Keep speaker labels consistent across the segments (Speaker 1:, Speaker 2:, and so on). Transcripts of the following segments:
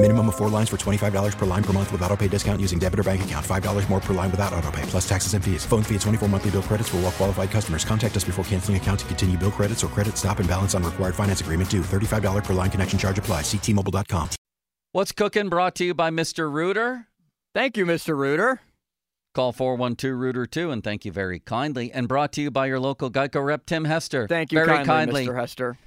Speaker 1: Minimum of four lines for $25 per line per month with auto pay discount using debit or bank account. $5 more per line without auto pay, plus taxes and fees. Phone fee at 24 monthly bill credits for all well qualified customers. Contact us before canceling account to continue bill credits or credit stop and balance on required finance agreement due. $35 per line connection charge applies. Ctmobile.com.
Speaker 2: What's cooking? Brought to you by Mr. Rooter.
Speaker 3: Thank you, Mr. Rooter.
Speaker 2: Call 412 Rooter 2 and thank you very kindly. And brought to you by your local Geico rep, Tim Hester.
Speaker 3: Thank you
Speaker 2: very
Speaker 3: kindly, Mr. Hester.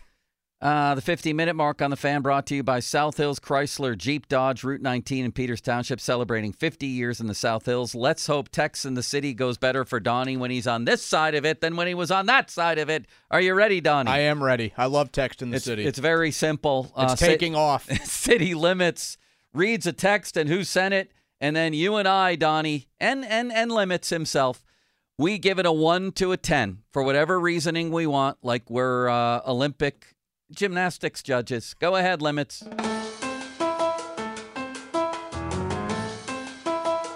Speaker 2: Uh, the 50 minute mark on the fan brought to you by South Hills Chrysler Jeep Dodge Route 19 in Peters Township celebrating 50 years in the South Hills. Let's hope Tex in the city goes better for Donnie when he's on this side of it than when he was on that side of it. Are you ready, Donnie?
Speaker 4: I am ready. I love text in the
Speaker 2: it's,
Speaker 4: city.
Speaker 2: It's very simple.
Speaker 4: It's uh, taking
Speaker 2: ci-
Speaker 4: off.
Speaker 2: city limits reads a text and who sent it, and then you and I, Donnie, and and and limits himself we give it a 1 to a 10 for whatever reasoning we want, like we're uh, Olympic gymnastics judges. Go ahead, Limits.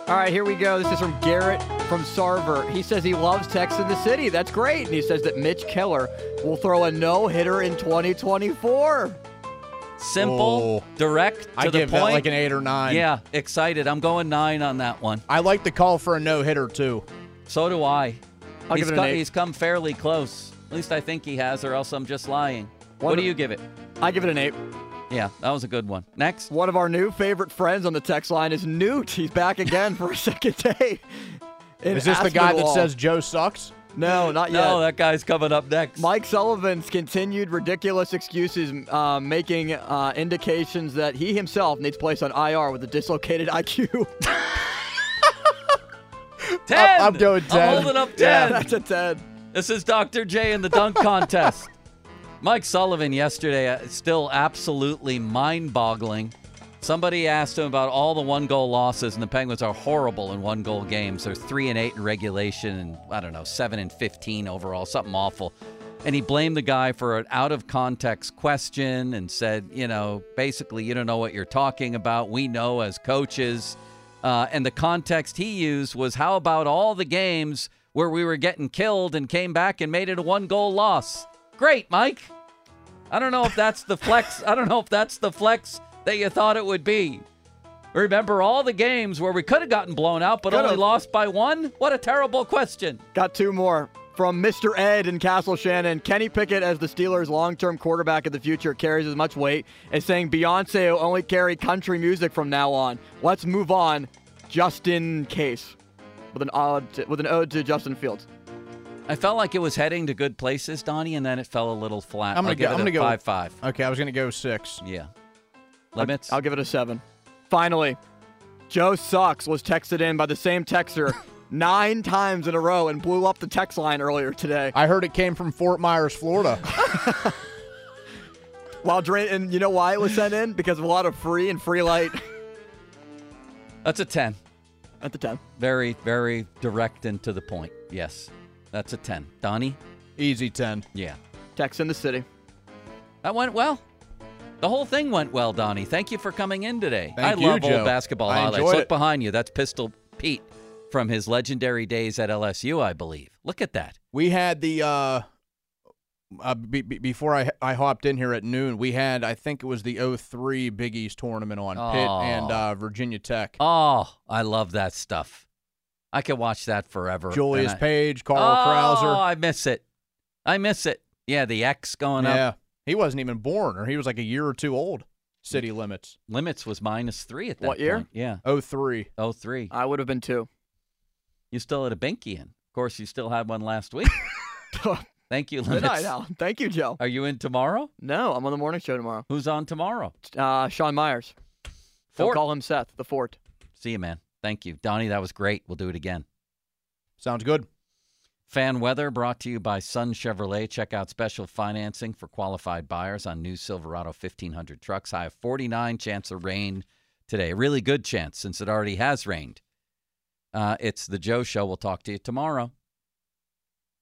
Speaker 3: All right, here we go. This is from Garrett from Sarver. He says he loves Tex in the City. That's great. And he says that Mitch Keller will throw a no hitter in 2024.
Speaker 2: Simple,
Speaker 4: Oh.
Speaker 2: direct, to
Speaker 4: I
Speaker 2: the
Speaker 4: give
Speaker 2: point.
Speaker 4: that like an eight or nine.
Speaker 2: yeah, excited. I'm going nine on that one.
Speaker 4: I like the call for a no hitter too.
Speaker 2: So do I.
Speaker 3: I'll
Speaker 2: he's,
Speaker 3: give it an
Speaker 2: come,
Speaker 3: eight.
Speaker 2: he's come fairly close. At least I think he has, or else I'm just lying. what
Speaker 3: One of-
Speaker 2: do you give it?
Speaker 3: I give it an eight.
Speaker 2: Yeah, that was a good one. Next.
Speaker 3: One of our new favorite friends on the text line is Newt. He's back again for a second day. in
Speaker 4: Is this the guy that
Speaker 3: Aspinwall.
Speaker 4: says Joe sucks?
Speaker 3: no? Not yet.
Speaker 2: No, that guy's coming up next.
Speaker 3: Mike Sullivan's continued ridiculous excuses uh, making uh, indications that he himself needs placed on IR with a dislocated IQ.
Speaker 2: 10!
Speaker 4: I'm- I'm going 10.
Speaker 2: holding up 10.
Speaker 3: Yeah, that's a 10.
Speaker 2: This is Dr. J in the dunk contest. Mike Sullivan yesterday, uh, still absolutely mind boggling. Somebody asked him about all the one goal losses, and the Penguins are horrible in one goal games. They're 3 and 8 in regulation, and I don't know, 7 and 15 overall, something awful. And he blamed the guy for an out of context question and said, you know, basically, you don't know what you're talking about. We know as coaches. Uh, and the context he used was how about all the games where we were getting killed and came back and made it a one goal loss? Great, Mike. I don't know if that's the flex. I don't know if that's the flex that you thought it would be. Remember all the games where we could have gotten blown out but
Speaker 3: Could've.
Speaker 2: only lost by one? What a terrible question.
Speaker 3: Got two more from Mr. Ed in Castle Shannon. Kenny Pickett, as the Steelers' long term quarterback of the future, carries as much weight as saying Beyonce will only carry country music from now on. Let's move on, just in case. With an, odd with an ode to Justin Fields.
Speaker 2: I felt like it was heading to good places, Donnie, and then it fell a little flat.
Speaker 4: I'm gonna
Speaker 2: I'll
Speaker 4: go-
Speaker 2: give it
Speaker 4: I'm
Speaker 2: a
Speaker 4: gonna go-
Speaker 2: five five.
Speaker 4: Okay, I was gonna go six.
Speaker 2: Yeah.
Speaker 3: I'll-
Speaker 2: Limits.
Speaker 3: I'll, give it a seven. Finally, Joe Sucks was texted in by the same texter nine times in a row and blew up the text line earlier today.
Speaker 4: I heard it came from Fort Myers, Florida.
Speaker 3: While Dre and you know why it was sent in? Because of a lot of free and free light
Speaker 2: That's a ten.
Speaker 3: at the time.
Speaker 2: Very, very direct and to the point. Yes. That's a ten. Donnie?
Speaker 4: Easy ten.
Speaker 2: Yeah.
Speaker 3: Text in the city.
Speaker 2: That went well. The whole thing went well, Donnie. Thank you for coming in today.
Speaker 4: Thank
Speaker 2: I
Speaker 4: you,
Speaker 2: love old
Speaker 4: Joe.
Speaker 2: basketball
Speaker 4: I
Speaker 2: highlights.
Speaker 4: enjoyed
Speaker 2: Look
Speaker 4: it.
Speaker 2: behind you. That's Pistol Pete from his legendary days at LSU, I believe. Look at that.
Speaker 4: We had the uh, uh be, be- before I I hopped in here at noon. We had I think it was the 03 Big East tournament on Pitt
Speaker 2: Aw.
Speaker 4: and uh, Virginia Tech.
Speaker 2: Oh, I love that stuff. I could watch that forever.
Speaker 4: Julius
Speaker 2: And I-
Speaker 4: Page, Carl
Speaker 2: Oh,
Speaker 4: Krauser.
Speaker 2: I miss it. I miss it. Yeah, the X going
Speaker 4: yeah,
Speaker 2: up.
Speaker 4: he wasn't even born, or he was like a year or two old. City limits.
Speaker 2: Limits was minus three at that
Speaker 3: What year?
Speaker 2: point. Yeah.
Speaker 4: 03.
Speaker 2: Oh three.
Speaker 4: Uh,
Speaker 3: I would have been two.
Speaker 2: You still had a binky in. Of course you still had one last week. Thank you,
Speaker 3: Good
Speaker 2: Limits.
Speaker 3: night, Al. Thank you, Joe.
Speaker 2: Are you in tomorrow?
Speaker 3: No, I'm on the morning show tomorrow.
Speaker 2: Who's on tomorrow?
Speaker 3: Uh, Sean Myers. Don't
Speaker 2: Fort.
Speaker 3: call him Seth, the Fort.
Speaker 2: See you, man. Thank you, Donnie. That was great. We'll do it again.
Speaker 4: Sounds good.
Speaker 2: Fan weather brought to you by Sun Chevrolet. Check out special financing for qualified buyers on new Silverado 1500 trucks. High of 49 chance of rain today. A really good chance since it already has rained. Uh, it's the Joe Show. We'll talk to you tomorrow.